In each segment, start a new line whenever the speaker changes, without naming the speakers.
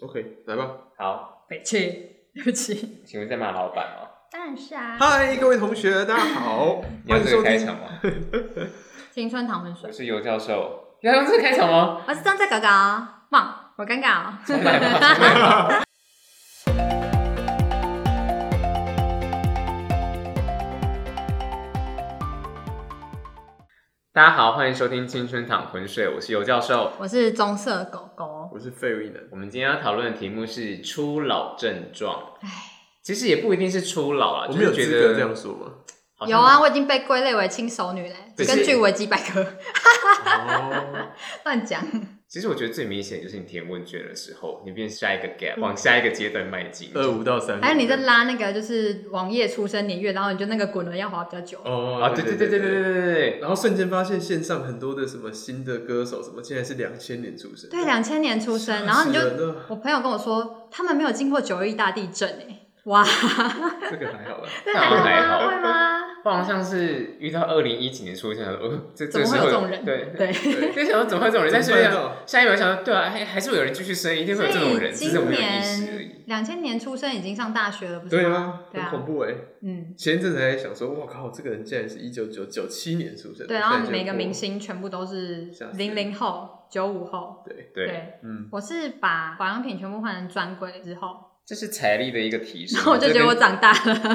OK，来吧。
好，
北气， 对不起，
请问在骂老板哦吗？
当然是啊，
嗨，各位同学，大家好，
你要
欢迎
这个
收
开
听。
场吗？
青春糖分水
我，是尤教授，要用这个开场吗？
我是张在哥哥，忘我尴尬哦。
重来吧重来吧大家好，欢迎收听《青春躺浑水》，我是尤教授。
我是棕色狗哦狗，
我是费瑞南，
我们今天要讨论的题目是初老症状，
唉，
其实也不一定是初老啦，
我
就
们有
是
资
觉
格
得
这样说 吗？
好像
有啊，，我已经被归类为轻熟女嘞，
对
根据
是
维基百科
哦，
乱讲。
其实我觉得最明显就是你填问卷的时候，你变下一个 gap，往下一个阶段迈进。
二五到三，
还有你在拉那个就是网页出生年月，然后你就那个滚轮要滑比较久。
哦
啊，对对对对对对对对，
然后瞬间发现线上很多的什么新的歌手什么，竟然是两千年出生，
对，两千年出生，然后你就
吓死人了
我朋友跟我说，他们没有经过九一大地震哎，哇，
这个还好吧？
这
那好 像还
吗？
好
会吗？
我好像是遇到二零一几年出现的，呃，这这
怎么
时
会有
候
这种人？
对，
对，
对，
就想到怎么会有这种人？但是
怎么办到
下一秒想到，对啊，还还是会有人继续生，一定会有这种人，
所
只
以
是我
今
们有意识而已。
年两千年出生已经上大学了，不
对
是
啊
吗？，对
很
啊，
恐怖哎！
嗯，
前一阵子还想说，我靠，这个人竟然是一九九九七年出生，
对，然后
现在
每个
就
明星全部都是
吓死
零零后、九五后，
对，
对，
嗯，
我是把保养品全部换成专柜之
哦
后，
这是财力的一个提升。
然后我就觉得我
这
长大了，
跟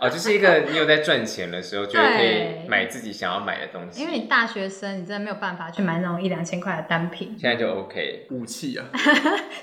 哦，就是一个你有在赚钱的时候，觉得可以
对
买自己想要买的东西，
因为你大学生，你真的没有办法去买那种一两千块的单品，
现在就 OK。
武器啊，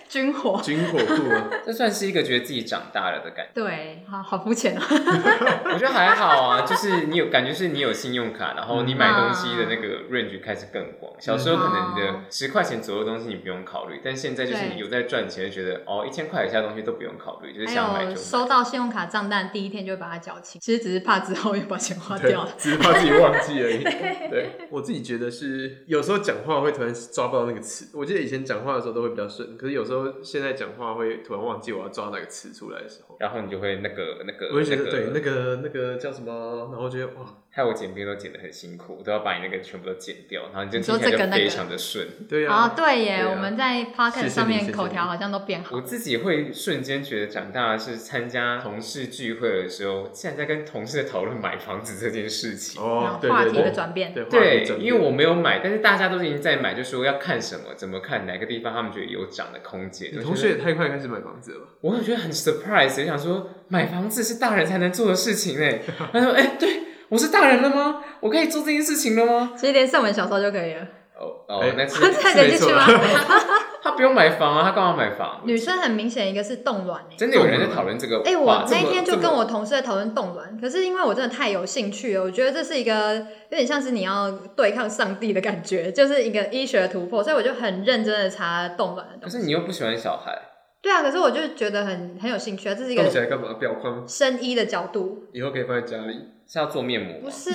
军火，
军火库啊，
这算是一个觉得自己长大了的感
对，好好肤浅哦，
觉，我觉得还好啊， 就是你有感觉是你有信用卡，然后你买东西的那个
啊
range 开始更广。小时候可能你
哦
的十块钱左右的东西你不用考虑，但现在就是
对哎
你有在赚钱，就觉得哦一千块以下的东西都不用考虑，就是
还
想买就
有
买。
收到信用卡账单的第一天就会把它缴清，其实只是怕之后又把钱花
对
掉了，，
只是怕自己忘记 而已。对，我自己觉得是有时候讲话会突然抓不到那个词。我记得以前讲话的时候都会比较顺，可是有时候现在讲话会突然忘记我要抓哪个词出来的时候，
然后你就会那个那个，
我会觉得
那
对
个
那个那个叫什么，然后觉得哇，
害我剪片都剪得很辛苦，我都要把你那个全部都剪掉，然后你就
你说
听起来
这个
就
那个
非常的顺。
对呀、
啊，对耶，
对啊
我们在 p o c k
谢谢
e t 上
你谢
面
谢
口条
你
好像都变好
我
了，
自己会瞬间觉得长大是参加同事聚会的时候，现在在跟同事在讨论买房子这件事情。
哦，对
话
对
题的
对
转变。
对，
对
话题整，
因为我没有买，但是大家都已经在买，就说要看什么，怎么看，哪个地方他们觉得有涨的空间。
你
我
同
觉
学
得
也太快开始买房子了吧？
我有觉得很 surprise，我想说买房子是大人才能做的事情哎。他说：“哎、对我是大人了吗？我可以做这件事情了吗
其实连圣文小时候就可以了，？”
哦哦
哎，
那是
再点进去吗？
他不用买房啊，他干嘛买房？
女生很明显一个是冻卵哎、
真的有人在讨论这个话题？
哎、我
这
那
么
一天就
这么
跟我同事在讨论冻卵，可是因为我真的太有兴趣了，我觉得这是一个有点像是你要对抗上帝的感觉，就是一个医学的突破，所以我就很认真的查冻卵的东
可
西。
是你又不喜欢小孩，
对啊，可是我就觉得很很有兴趣啊，这是一
动起
个
来干嘛？表框
生医的角度，
以后可以放在家 里，
是要做面膜
不
吗？
是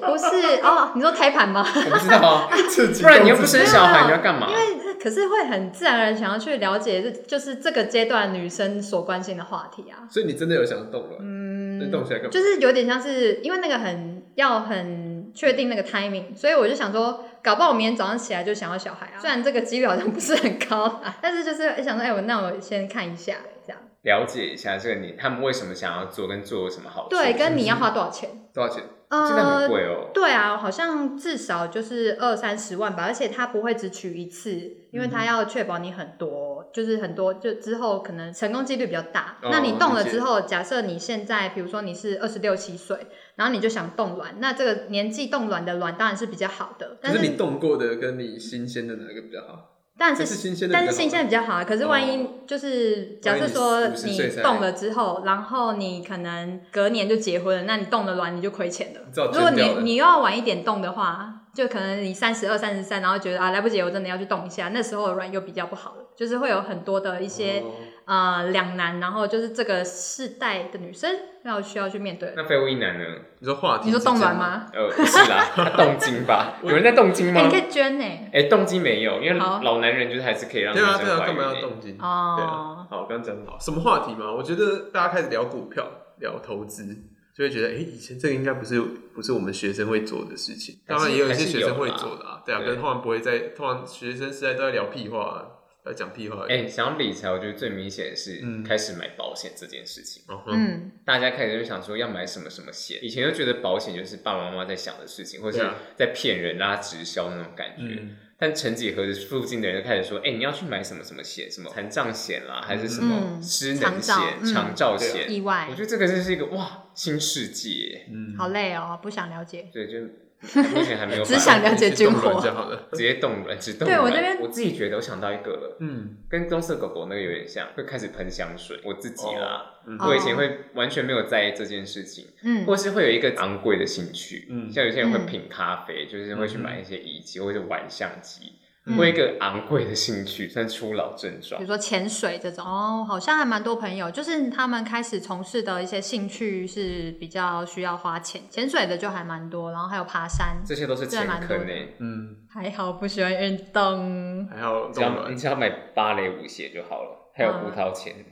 不是哦，你说胎盘吗？
我不知道啊，
自己
不然你又不生小
没有
孩，
没
你
有
要干嘛
因？为可是会很自然而然想要去了解，这就是这个阶段女生所关心的话题啊。
所以你真的有想动了？那
嗯，
动起来干嘛？
就是有点像是因为那个很要很确定那个 timing，所以我就想说，搞不好我明天早上起来就想要小孩 啊。虽然这个几率好像不是很高啊，但是就是想说，哎、我那我先看一下这样。
了解一下这个你他们为什么想要做，跟做有什么好处？
对，
是
跟
不
你
是
要花多少钱？
多少钱？
真的很
呃，
贵哦。
对啊，好像至少就是二三十万吧，而且它不会只取一次，因为
嗯
它要确保你很多，就是很多，就之后可能成功几率比较大。
哦
那你动了
理解
之后，假设你现在比如说你是二十六七岁，然后你就想冻卵，那这个年纪冻卵的卵当然是比较好的，
可
但
是
是
你动过的跟你新鲜的哪个比较好？
当
还
然
是
是。
新鲜的比较
但
好，
是新鲜的比较好啊，可是万一
哦
就是假
万一
设
你
说
50
你
岁才
动了之后，然后你可能隔年就结婚了，那你动了卵你就亏钱了。
知道
如果
捐
你
掉了
你又要晚一点动的话，就可能你三十二、三十三，然后觉得啊来不及，我真的要去动一下，那时候的卵又比较不好了，就是会有很多的一些、
哦
呃两难，然后就是这个世代的女生要需要去面对。
那废物一男呢？
你说话题，
你说动卵？
啊
吗？
呃，不是 啦，他动精吧？有人在动精
哎、
吗
你可？以捐呢、
哎，动精没有，因为
好
老男人就是还是可以让女
对啊，
生
对啊，
怀
干
孕
嘛要
的。
动精？对啊
哦，，
好，刚刚讲好，什么话题嘛？我觉得大家开始聊股票、聊投资，就会觉得，哎，以前这个应该不是不是我们学生会做的事情。
还是
当然也一些学生会做的啊，对啊，
还是
跟
有啦
通常不会在，通常学生时代都在聊屁话啊，来讲屁话而已。
哎、想理财，我觉得最明显的是
嗯
开始买保险这件事情。
哦哼
嗯，
大家开始就想说要买什么什么险，以前就觉得保险就是爸爸妈妈在想的事情，或是
对啊
在骗人拉直销那种感觉。
嗯，
但曾几何时，附近的人就开始说：“哎、你要去买什么什么险，什么残障险啦，还是什么
嗯
失能险、
长照嗯
长照
啊
险。
意外
我觉，得这个真是一个哇新世界，
嗯
好累哦，不想了解。
对， 就目前还没有
只想
把
了解军火
你去动软就好了。
直接动软，只动
对我
软
那边
我自己觉得我想到一个了，
嗯，
跟棕色狗狗那个有点像，会开始喷香水。我自己啦，
嗯
哦
我以前会完全没有在意这件事情，
嗯
或是会有一个昂贵的兴趣，
嗯
像有些人会
嗯
品咖啡，就是会去买一些仪器或者玩相机，
嗯
会有一个昂贵的兴趣，算初老症
比
状
如。说潜水这种，哦，好像还蛮多朋友，就是他们开始从事的一些兴趣是比较需要花钱，潜水的就还蛮多，然后还有爬山，
这些都是
这还
钱
蛮多
坑
的
诶、
嗯，
还好不喜欢运动，
还好
只
动
要你
软。
只要买芭蕾舞鞋就好
嗯
了，还有葡萄钱。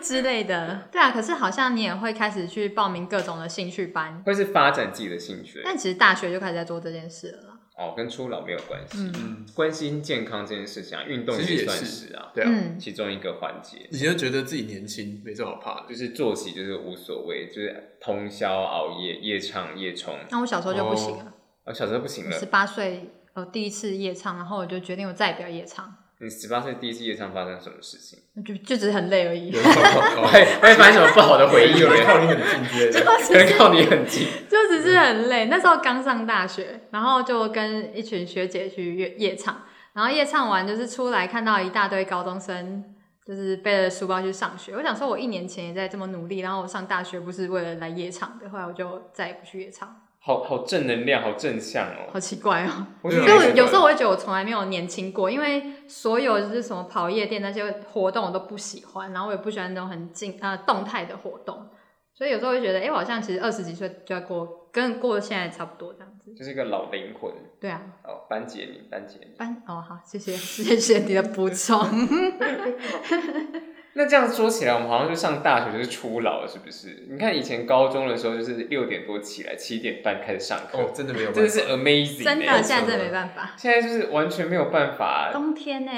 之类的。对啊，可是好像你也会开始去报名各种的兴趣班，
会是发展自己的兴趣，
但其实大学就开始在做这件事了啦。
哦，跟初老没有关系。
嗯
嗯，
关心健康这件事情啊，运动
其实也
算
是
是啊，
对啊，
嗯
其中一个环节。
以前就觉得自己年轻，没什么好怕的
就。是作息就是无所谓，就是通宵熬夜、夜唱、夜冲。
那我小时候就不行了，
我小时候不行
我
了
十，八岁我第一次夜唱，然后我就决定我再也不要夜唱，
你十八岁第一次夜唱发生什么事情？
就就只是很累而已。
会会发生什么不好的回忆？有人
靠
靠
你
你，
很近之类的。
有人靠你很近。
就只是很累。那时候刚上大学，然后就跟一群学姐去夜夜唱，然后夜唱完就是出来看到一大堆高中生，就是背着书包去上学。我想说，我一年前也在这么努力，然后我上大学不是为了来夜唱的，后来我就再也不去夜唱，
好好正能量，好正向哦。
好奇怪哦。
我
对
觉
啊
所以我
得
有时候我会觉得我从来没有年轻过，因为所有就是什么跑夜店那些活动我都不喜欢，然后我也不喜欢那种很静呃动态的活动。所以有时候会觉得，哎、我好像其实二十几岁就要过，跟过现在差不多这样子。
就是一个老灵魂
对啊，
哦，班杰明，班杰明。
班哦，好，谢 谢，谢谢你的补 充。
那这样说起来，我们好像就上大学就是初老了，是不是？你看以前高中的时候，就是六点多起来，七点半开始上课，
哦， 真的没有办法，
真的是 amazing，
真
欸
的，现在真的没办法，
现在就是完全没有办法。
冬天呢，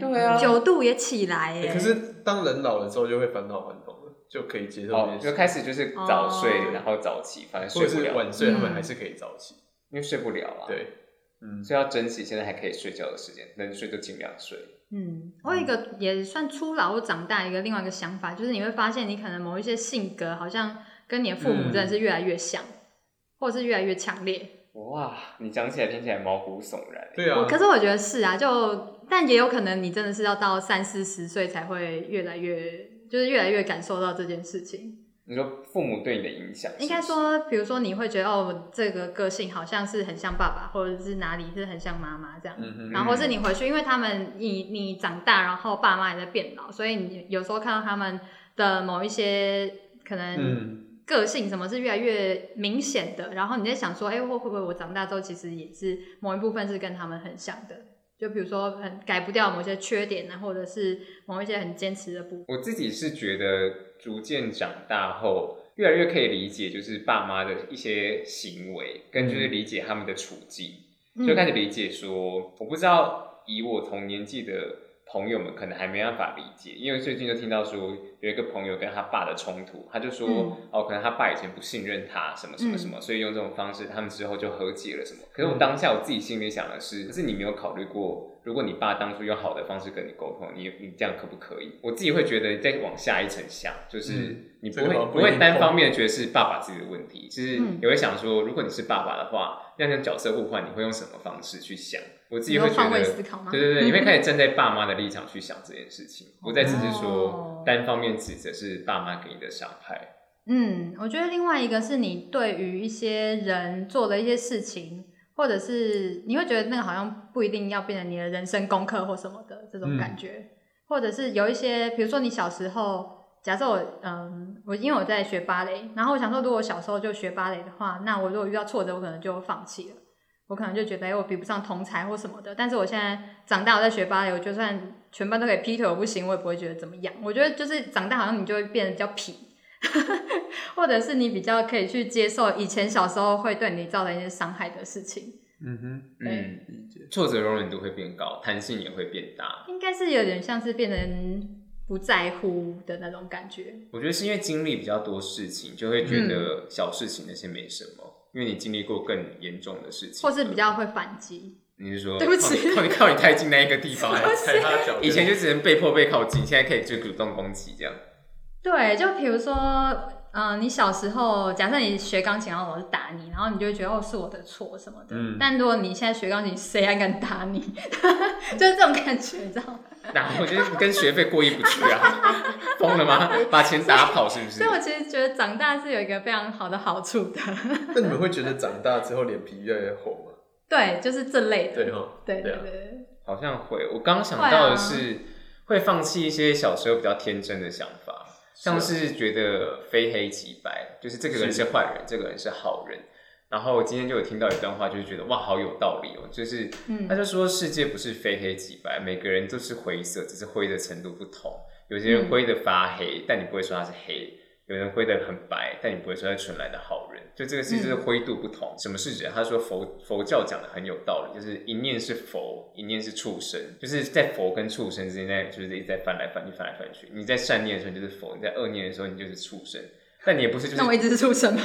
对啊
九度也起来耶。
欸可是当人老了之后，就会返老还童了，就可以接受
哦
这，
就
件事。
开始就是早睡，
哦
然后早起，反正
或者
睡不
是
了，
晚睡，他们
嗯
还是可以早起。
因为睡不了啊。，
对，嗯，
所以要珍惜现在还可以睡觉的时间，能睡就尽量睡。
嗯，我有一个也算初老或长大一个另外一个想法，就是你会发现你可能某一些性格好像跟你的父母真
嗯
的是越来越像，或者是越来越强烈。
哇，你讲起来听起来毛骨悚然。欸
对啊
我，可是我觉得是啊，就但也有可能你真的是要到三四十岁才会越来越，就是越来越感受到这件事情。
你说父母对你的影响，
应该
是
说，比如说你会觉得哦，我这个个性好像是很像爸爸，或者是哪里是很像妈妈这样。
嗯哼，
然后或是你回去，因为他们你你长大，然后爸妈也在变老，所以你有时候看到他们的某一些可能
嗯，
个性什么是越来越明显的，然后你在想说，哎、会会不会我长大之后其实也是某一部分是跟他们很像的？就比如说很改不掉某些缺点啊，或者是某一些很坚持的部分。
我自己是觉得逐渐长大后，越来越可以理解就是爸妈的一些行为，跟就是理解他们的处境。
嗯
就开始理解说，我不知道以我同年纪的朋友们可能还没办法理解，因为最近就听到说有一个朋友跟他爸的冲突，他就说、
嗯
哦，可能他爸以前不信任他什么什么
嗯
什么，所以用这种方式他们之后就和解了什么。可是我当下我自己心里想的是，可是你没有考虑过。如果你爸当初用好的方式跟你沟通，你你这样可不可以？我自己会觉得再往下一层想，就是
嗯
你
这
不
个
会、
好像
不
不一
会
定
单
碰
方面觉得是爸爸自己的问题，其实
嗯
也会想说，如果你是爸爸的话，那样角色互换，你会用什么方式去想？我自己会觉
你说换
得，
位思考吗
对对对，你会开始站在爸妈的立场去想这件事 情，不再只是
哦
说单方面指责是爸妈给你的伤害。
嗯，我觉得另外一个是你对于一些人做的一些事情，或者是你会觉得那个好像不一定要变成你的人生功课或什么的这种感觉，或者是有一些，比如说你小时候，假设我嗯，我因为我在学芭蕾，然后我想说，如果我小时候就学芭蕾的话，那我如果遇到挫折，我可能就放弃了。我可能就觉得，哎、我比不上同才或什么的。但是我现在长大，我在学芭蕾，我就算全班都可以劈腿，我不行，我也不会觉得怎么样。我觉得就是长大，好像你就会变得比较痞， 或者是你比较可以去接受以前小时候会对你造成一些伤害的事情。
嗯哼，
对
嗯，
理解。
挫折容忍度会变高，弹性也会变大。
应该是有点像是变成不在乎的那种感觉。
我觉得是因为经历比较多事情，就会觉
嗯
得小事情那些没什么，因为你经历过更严重的事情，
或是比较会反击，
你是说
对不起
靠你靠你靠你太近那一个地方
踩，踩他脚，
以前就只能被迫被靠近，现在可以就主动攻击这样。
对，就比如说，嗯、你小时候，假设你学钢琴，然后老师打你，然后你就会觉得哦是我的错什么的。
嗯
但如果你现在学钢琴，谁还敢打你？ 就是这种感觉，你知道吗？
嗯
那我觉得跟学费过意不去啊，疯了吗？把钱打跑是不是
所以？我其实觉得长大是有一个非常好的好处的，
那你们会觉得长大之后脸皮越来越厚吗？
对，就是这类的，
对哈，
对
对
对
啊
对
好像会。我刚想到的是，
啊
会放弃一些小时候比较天真的想法，像是啊觉得非黑即白，就是这个人是坏人，这个人是好人。然后今天就有听到一段话，就是觉得哇，好有道理哦。就是
嗯
他就说世界不是非黑即白，每个人都是灰色，只是灰的程度不同。有些人灰的发黑，但你不会说他是黑；有人灰的很白，但你不会说他是纯来的好人。就这个是就是灰度不同。什么是人？他说佛佛教讲的很有道理，就是一念是佛，一念是畜生，就是在佛跟畜生之间在就是一直在翻来翻去，翻来翻去。你在善念的时候你就是佛，你在恶念的时候你就是畜生。但你也不是就是
那我一直是畜生嘛，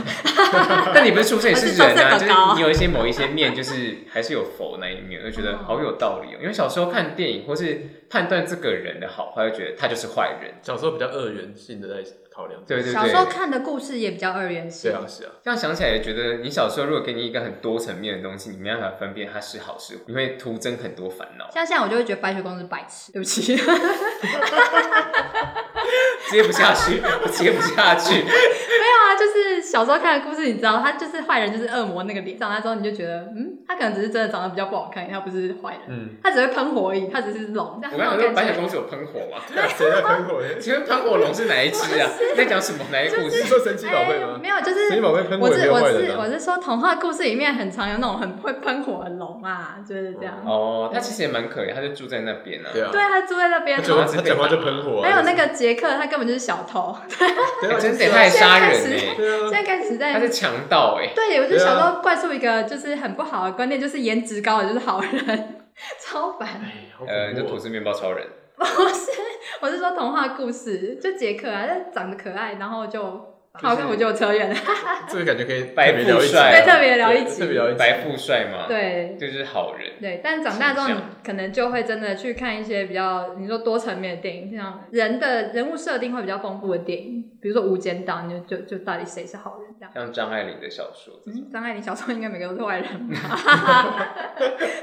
但你不是畜生，也是人啊，
还
就是是
装色狗狗
你有一些某一些面，就是还是有佛那一面，我就觉得好有道理哦。因为小时候看电影或是判断这个人的好坏，就觉得他就是坏人。
小时候比较二元性的在考量，
对对
小时候
对，
看的故事也比较二元性，
是啊是啊，
这样想起来也觉得，你小时候如果给你一个很多层面的东西，你没办法分辨它是好是坏，你会徒增很多烦恼，
像现在我就会觉得白雪公主是白痴，对不起，
接不下去， 接不下去。
啊，就是小时候看的故事，你知道，他就是坏人，就是恶魔那个脸。长大之后，你就觉得，嗯，他可能只是真的长得比较不好看，他不是坏人，
嗯，
他只会喷火而已，他只是龙。
我刚想哎说白雪
公
公主有喷火吗？
谁在喷火？
请问喷火龙是哪一只啊？在讲什么？哪一个故
你是
事？
说神奇宝贝吗
哎没？有，就是
神奇宝贝喷火
我
也没
是
有
我
坏
是
人
我
啊。
是说童话故事里面很常有那种很会喷火的龙啊，就是这样。
哦，他其实也蛮可怜，他就住在那边啊。
对啊，
对，他住在那边
他，讲话
然后
他讲话就喷火啊。
还有那个杰克，他根本就是小偷，
对啊，
欸真的他也杀人
现在开始
呢、
对
现
啊，
在开始在
他是强盗哎，
对，我就
对啊
小时候灌输一个就是很不好的观念，就是颜值高的就是好人， 超烦。
哎，好
呃，就
恐怖
吐
哦。
司面包超人，
不是，我是说童话故事，就杰克啊，他长得可爱，然后就好看，我就有扯远了，
这个感觉可以
白
特别聊一
富
集
帅
对，
啊
特别聊一集
哎特，别聊一集。
白富帅嘛，，
对
就是好人。
对，但长大之后
形
你
象
可能就会真的去看一些比较你说多层面的电影，像人的人物设定会比较丰富的电影，比如说《无间道》，你就就就到底谁是好人这样。
像张爱玲的小说，
嗯，张爱玲小时候应该每个都是坏人吧，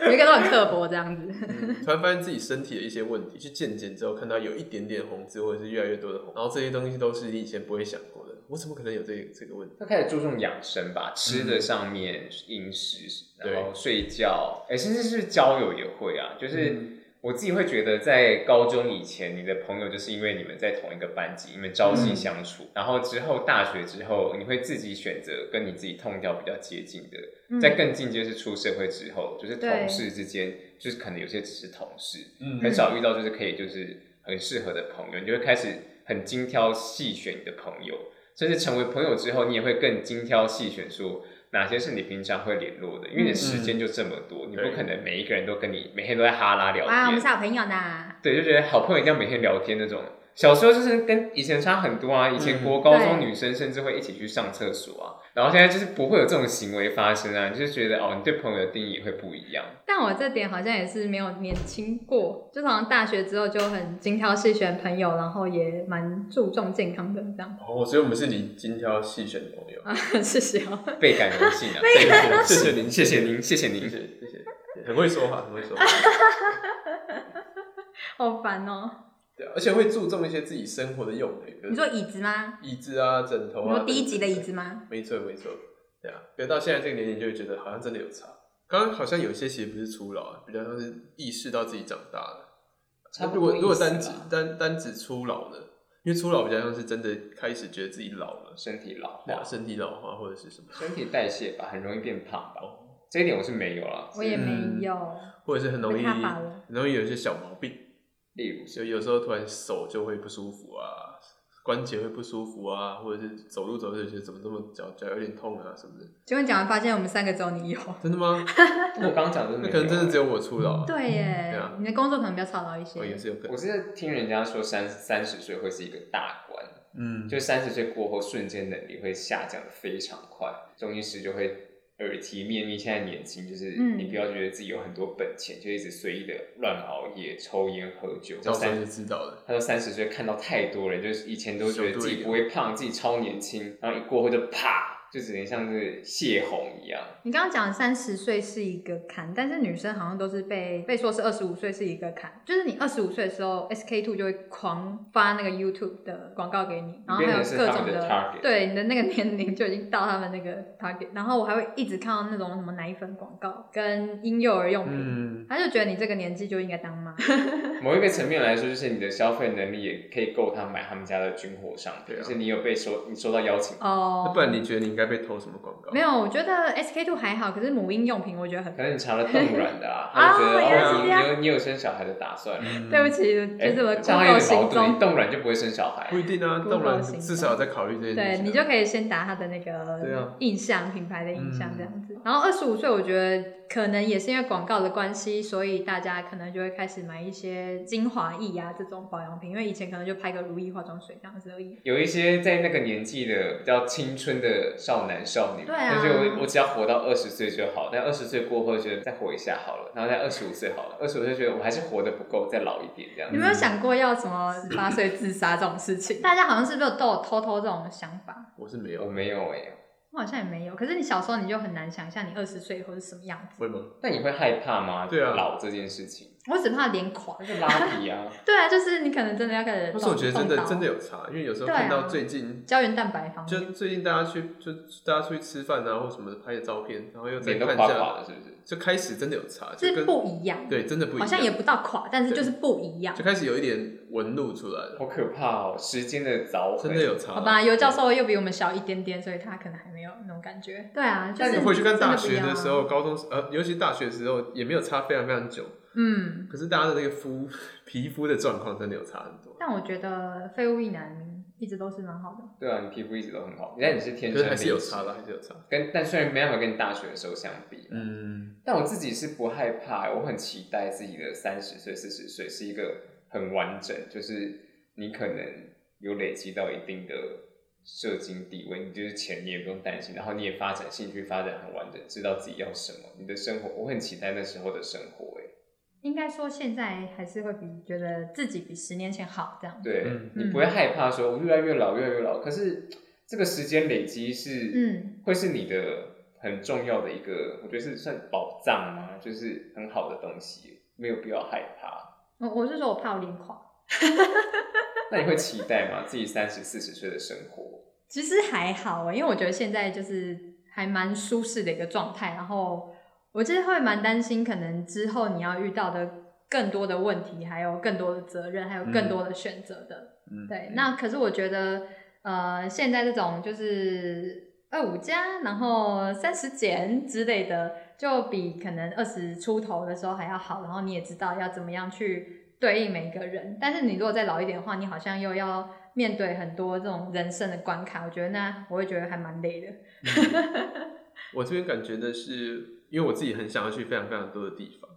每个都很刻薄这样子。
嗯突然发现自己身体的一些问题，去健检之后看到有一点点红痣，或者是越来越多的红，然后这些东西都是你以前不会想过的。我怎么可能有这个、这个问题？
他开始注重养生吧，吃的上面、饮食，
对
然后睡觉，哎，甚至是交友也会啊。就是我自己会觉得，在高中以前，你的朋友就是因为你们在同一个班级，你们朝夕相处，然后之后大学之后，你会自己选择跟你自己痛调比较接近的
嗯
在更进阶是出社会之后，就是
对
同事之间，就是可能有些只是同事，
嗯
很少遇到就是可以就是很适合的朋友，你就会开始很精挑细选你的朋友，甚至成为朋友之后，你也会更精挑细选说哪些是你平常会联络的，因为你的时间就这么多，你不
对
可能每一个人都跟你每天都在哈拉聊
哇，我
天
们是，好朋友呢。
对，就觉得好朋友一定要每天聊天那种。小时候就是跟以前差很多啊，以前
嗯
国高中
对
女生甚至会一起去上厕所啊，然后现在就是不会有这种行为发生啊，你就是觉得哦，你对朋友的定义也会不一样。
但我这点好像也是没有年轻过，就是好像大学之后就很精挑细选朋友，然后也蛮注重健康的这样。
哦，所以我们是你精挑细选的朋友。
啊，
嗯
谢谢哦。
倍感荣幸啊！
感
倍荣幸
谢谢您
谢谢您，谢谢
谢
您。
谢谢谢，很会说话，很会说话。
好烦哦。
对啊，而且会注重一些自己生活的用品，比如
你说椅子吗？
椅子啊、枕头
你
啊。
说第一集的椅
等等
子吗？
没错没错，对啊，可是到现在这个年龄就会觉得好像真的有差。刚刚好像有些其实不是初老啊，比较像是意识到自己长大了。
差不
如
多
果如果单
意思
指
吧
单单指初老呢？因为初老比较像是真的开始觉得自己老了，
身体老
对啊，
化，
身体老化或者是什么，
身体代谢吧，很容易变胖吧。
哦
这一点我是没有啦，
我也
是
没有。
或者是很容易
被他把了
很容易有一些小毛病，
例如
就
是
有时候突然手就会不舒服啊，关节会不舒服啊，或者是走路走着觉得怎么这么脚脚有点痛啊什么的。
结果你讲完发现我们三个只有你有，
真的吗？
我刚刚讲的
那可能真的只
有。
有我出劳。
对耶，
对啊
你的工作可能比较操劳一些。
哦，也是有可
我
能。
是听人家说三三十岁会是一个大关，
嗯，
就三十岁过后瞬间能力会下降的非常快，中医师就会耳提面命，现在年轻就是
嗯
你不要觉得自己有很多本钱，就一直随意的乱熬夜、抽烟、喝酒。
教授
三
就知道了。
他说三十岁看到太多人，就是以前都觉得自己不会胖，自己超年轻，然后一过后就啪，就只能像是泄洪一样。
你刚刚讲三十岁是一个坎，但是女生好像都是被被说是二十五岁是一个坎，就是你二十五岁的时候，SK two 就会狂发那个 YouTube 的广告给你，然后还有
你
各种
变成是他们的 target
对你的那个年龄就已经到他们那个 target，然后我还会一直看到那种什么奶粉广告跟婴幼儿用品，
嗯，
他就觉得你这个年纪就应该当妈，
某一个层面来说，就是你的消费能力也可以够他买他们家的军火商
对
品，
啊
就是你有被收，你收到邀请，
那
哦
不，然你觉得你应该被投什么广告？
没有，我觉得 SK two 还好，可是母婴用品我觉得很
可，能你查了冻卵的 啊，
啊
他们觉得
原来是
哦，
这
你
样
你有你有生小孩的打 算，
嗯
对不，起，就是我
哎这样有
工
点矛
作
盾，
行
你
踪。
冻卵就不会生小孩
不，一定啊，
Google
当然
行动
至少在考虑这件事情啊。
对你就可以先打他的那
对啊
个印象，品牌的印象
嗯
这样子。然后二十五岁，我觉得可能也是因为广告的关系，所以大家可能就会开始买一些精华液啊这种保养品，因为以前可能就拍个如意化妆水这样子而已。
有一些在那个年纪的比较青春的少男少女，
对啊
就觉得我我只要活到二十岁就好，但二十岁过后觉得再活一下好了，然后再二十五岁好了，二十五岁觉得我还是活得不够，再老一点这
嗯
样
你有。没有想过要什么十八岁自杀这种事 情？大家好像是不是都有偷偷这种想法？
我是没
我
有，
没有哎、
我好像也没有。可是你小时候你就很难想象你二十岁以后是什么样子。
会吗？
那你会害怕吗？
对啊
老这件事情，
我只怕脸垮
那。是拉皮啊，
对啊，就是你可能真的要开始动。
但是我觉得真
动
的
刀
真的有差，因为有时候
啊对啊
看到最近。
胶原蛋白方面，
就最近大家去就大家出去吃饭啊或什么的拍的照片，然后 又再
脸都
看一
垮垮
下，
的，是不是？
就开始真的有差，就是跟
不一样。
对真的不一样，
好像也不到垮，但是就是不一样
就。开始有一点纹路出来了，
好可怕哦，时间的凿痕。
真的有差。
好吧，尤教授又比我们小一点点，所以他可能还没有那种感觉。对啊，就
但
是
你回去看
真
大
不一
学
样
的
啊
时候，，高中呃，尤其大学的时候也没有差非常非常久，
嗯，
可是大家的那个肤皮肤的状况真的有差很多，
但我觉得废物一男一直都是蛮好的。
对啊，你皮肤一直都很好，但你是天
可是
生
还是有
丽质
差的，还是有差。
跟但虽然没办法跟你大学的时候相比，
嗯，
但我自己是不害怕，我很期待自己的三十岁、四十岁是一个很完整，就是你可能有累积到一定的社经地位，你就是钱你也不用担心，然后你也发展兴趣发展很完整，知道自己要什么，你的生活，我很期待那时候的生活、欸，
应该说现在还是会比觉得自己比十年前好这样。
对、
嗯
你不会害怕说我越来越老，越来越老，可是这个时间累积是，
嗯，
会是你的很重要的一个，我觉得是算宝藏吗？就是很好的东西，没有必要害怕。
我我是说我怕我脸垮，
那你会期待吗？自己三十四十岁的生活？
其实还好欸因为我觉得现在就是还蛮舒适的一个状态。然后我就是会蛮担心，可能之后你要遇到的更多的问题，还有更多的责任，还有更多的选择的。
嗯
对，那可是我觉得，呃，现在这种就是二五加，然后三十减之类的，就比可能二十出头的时候还要好。然后你也知道要怎么样去对应每一个人。但是你如果再老一点的话，你好像又要面对很多这种人生的关卡，我觉得那我会觉得还蛮累的。
我这边感觉的是，因为我自己很想要去非常非常多的地方，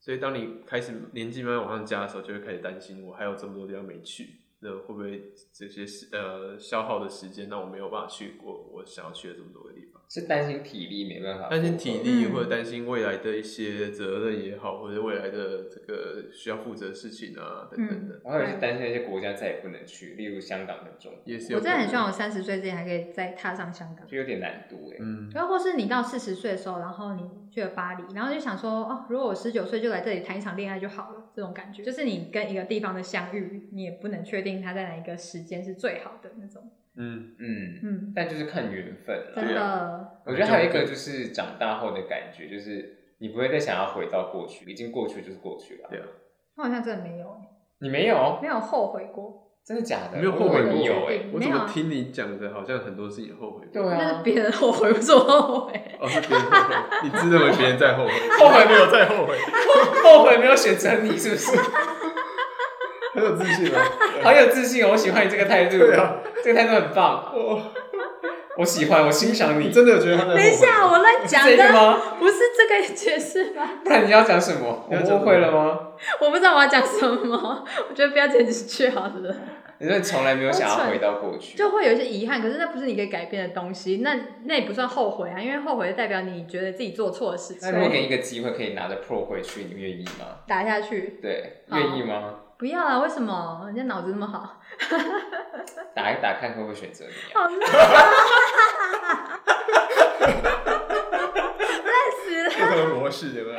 所以当你开始年纪慢慢往上加的时候，就会开始担心我还有这么多地方没去，那会不会这些时呃消耗的时间让我没有办法去过我想要去的这么多个地方？
是担心体力没办法，
担心体力，
嗯
或者担心未来的一些责任也好，或者未来的这个需要负责的事情啊，等等
嗯
的，
我还有是担心那些国家再也不能去，例如香港跟中国，
也是有
我
可
真
能
的很希望我三十岁之前还可以再踏上香港。
就有点难度哎、
嗯，
然后或是你到四十岁的时候，然后你去了巴黎，然后就想说，哦，如果我十九岁就来这里谈一场恋爱就好了，这种感觉，就是你跟一个地方的相遇，你也不能确定它在哪一个时间是最好的那种。
嗯，
嗯，
嗯，
但就是看缘分
真
啊
啦。
的，
我觉得还有一个就是长大后的感觉，就是你不会再想要回到过去，已经过去就是过去了。
对啊
我好像真的没有，欸
你没有？
没有后悔过，
真的假的？
没有
我以
后悔
为你
过
有哎、
我
没
怎
有
么
啊
听你讲的，好像很多事情后悔过，
对
那是
啊，
别人后悔，不是我后悔。
哦，是别人后 悔，你自认为别人在后悔，
后悔
没有在后悔，
后悔没有选择你是不是？
很有自信啊。
好有自信哦，我喜欢你这个态度，
对啊
这个态度很棒，
我
我喜欢，我欣赏你。
真的有觉得他在后
等
悔
一下，我乱讲
这个
的，
吗？
不是这个解释吧？
不然你要讲什么？我
你要讲什么
误会了吗？
我不知道我要讲什么，我觉得不要剪进去好了。
你真的从来没有想要回到过去，
就会有一些遗憾，可是那不是你可以改变的东西，那那也不算后悔啊，因为后悔代表你觉得自己做错的事
那如果给
情。
你一个机会可以拿着 Pro 回去，你愿意吗？
打下去，
对，
好
愿意吗？
不要啊！为什么人家脑子那 么好？
打一打看会不会选择你、啊？
好烂、啊，烂死了！
不同的模式有没有？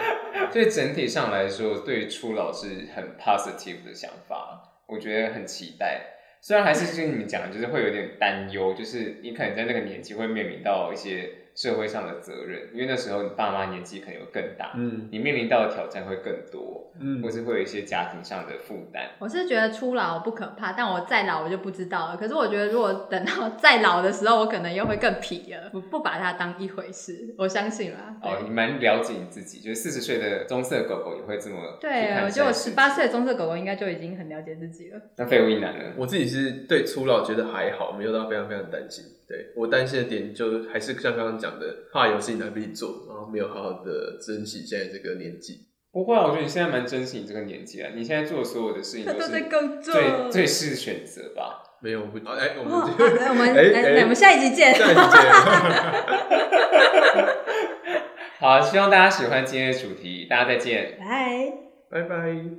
所以整体上来说，对初老是很 positive 的想法，我觉得很期待。虽然还是就是你们讲的，就是会有点担忧，就是你可能在那个年纪会面临到一些社会上的责任，因为那时候你爸妈年纪可能会更大，
嗯
你面临到的挑战会更多，
嗯
或是会有一些家庭上的负担。
我是觉得初老不可怕，但我再老我就不知道了。可是我觉得，如果等到再老的时候，我可能又会更皮了，不不把它当一回事。我相信啦。对
哦，你蛮了解你自己，就是四十岁的棕色狗狗也会这么去
对，
看
我觉得
这件
我
事
十
情
八岁的棕色狗狗应该就已经很了解自己 了。
那废物一男呢？
我自己是对初老觉得还好，没有到非常非常担心。对我担心的点就还是像刚刚讲的，怕有事情来不及做，然后没有好好的珍惜现在这个年纪。
不会啊，我觉得你现在蛮珍惜你这个年纪啊，你现在做的所有的事情
他
都
都
是
在工作。
最最是选择吧。
没有，我不，哎、我
哦
们
好来我们来
哎哎
来，我们下一集见。
下一集见。
好，希望大家喜欢今天的主题，大家再见。
拜。
拜拜。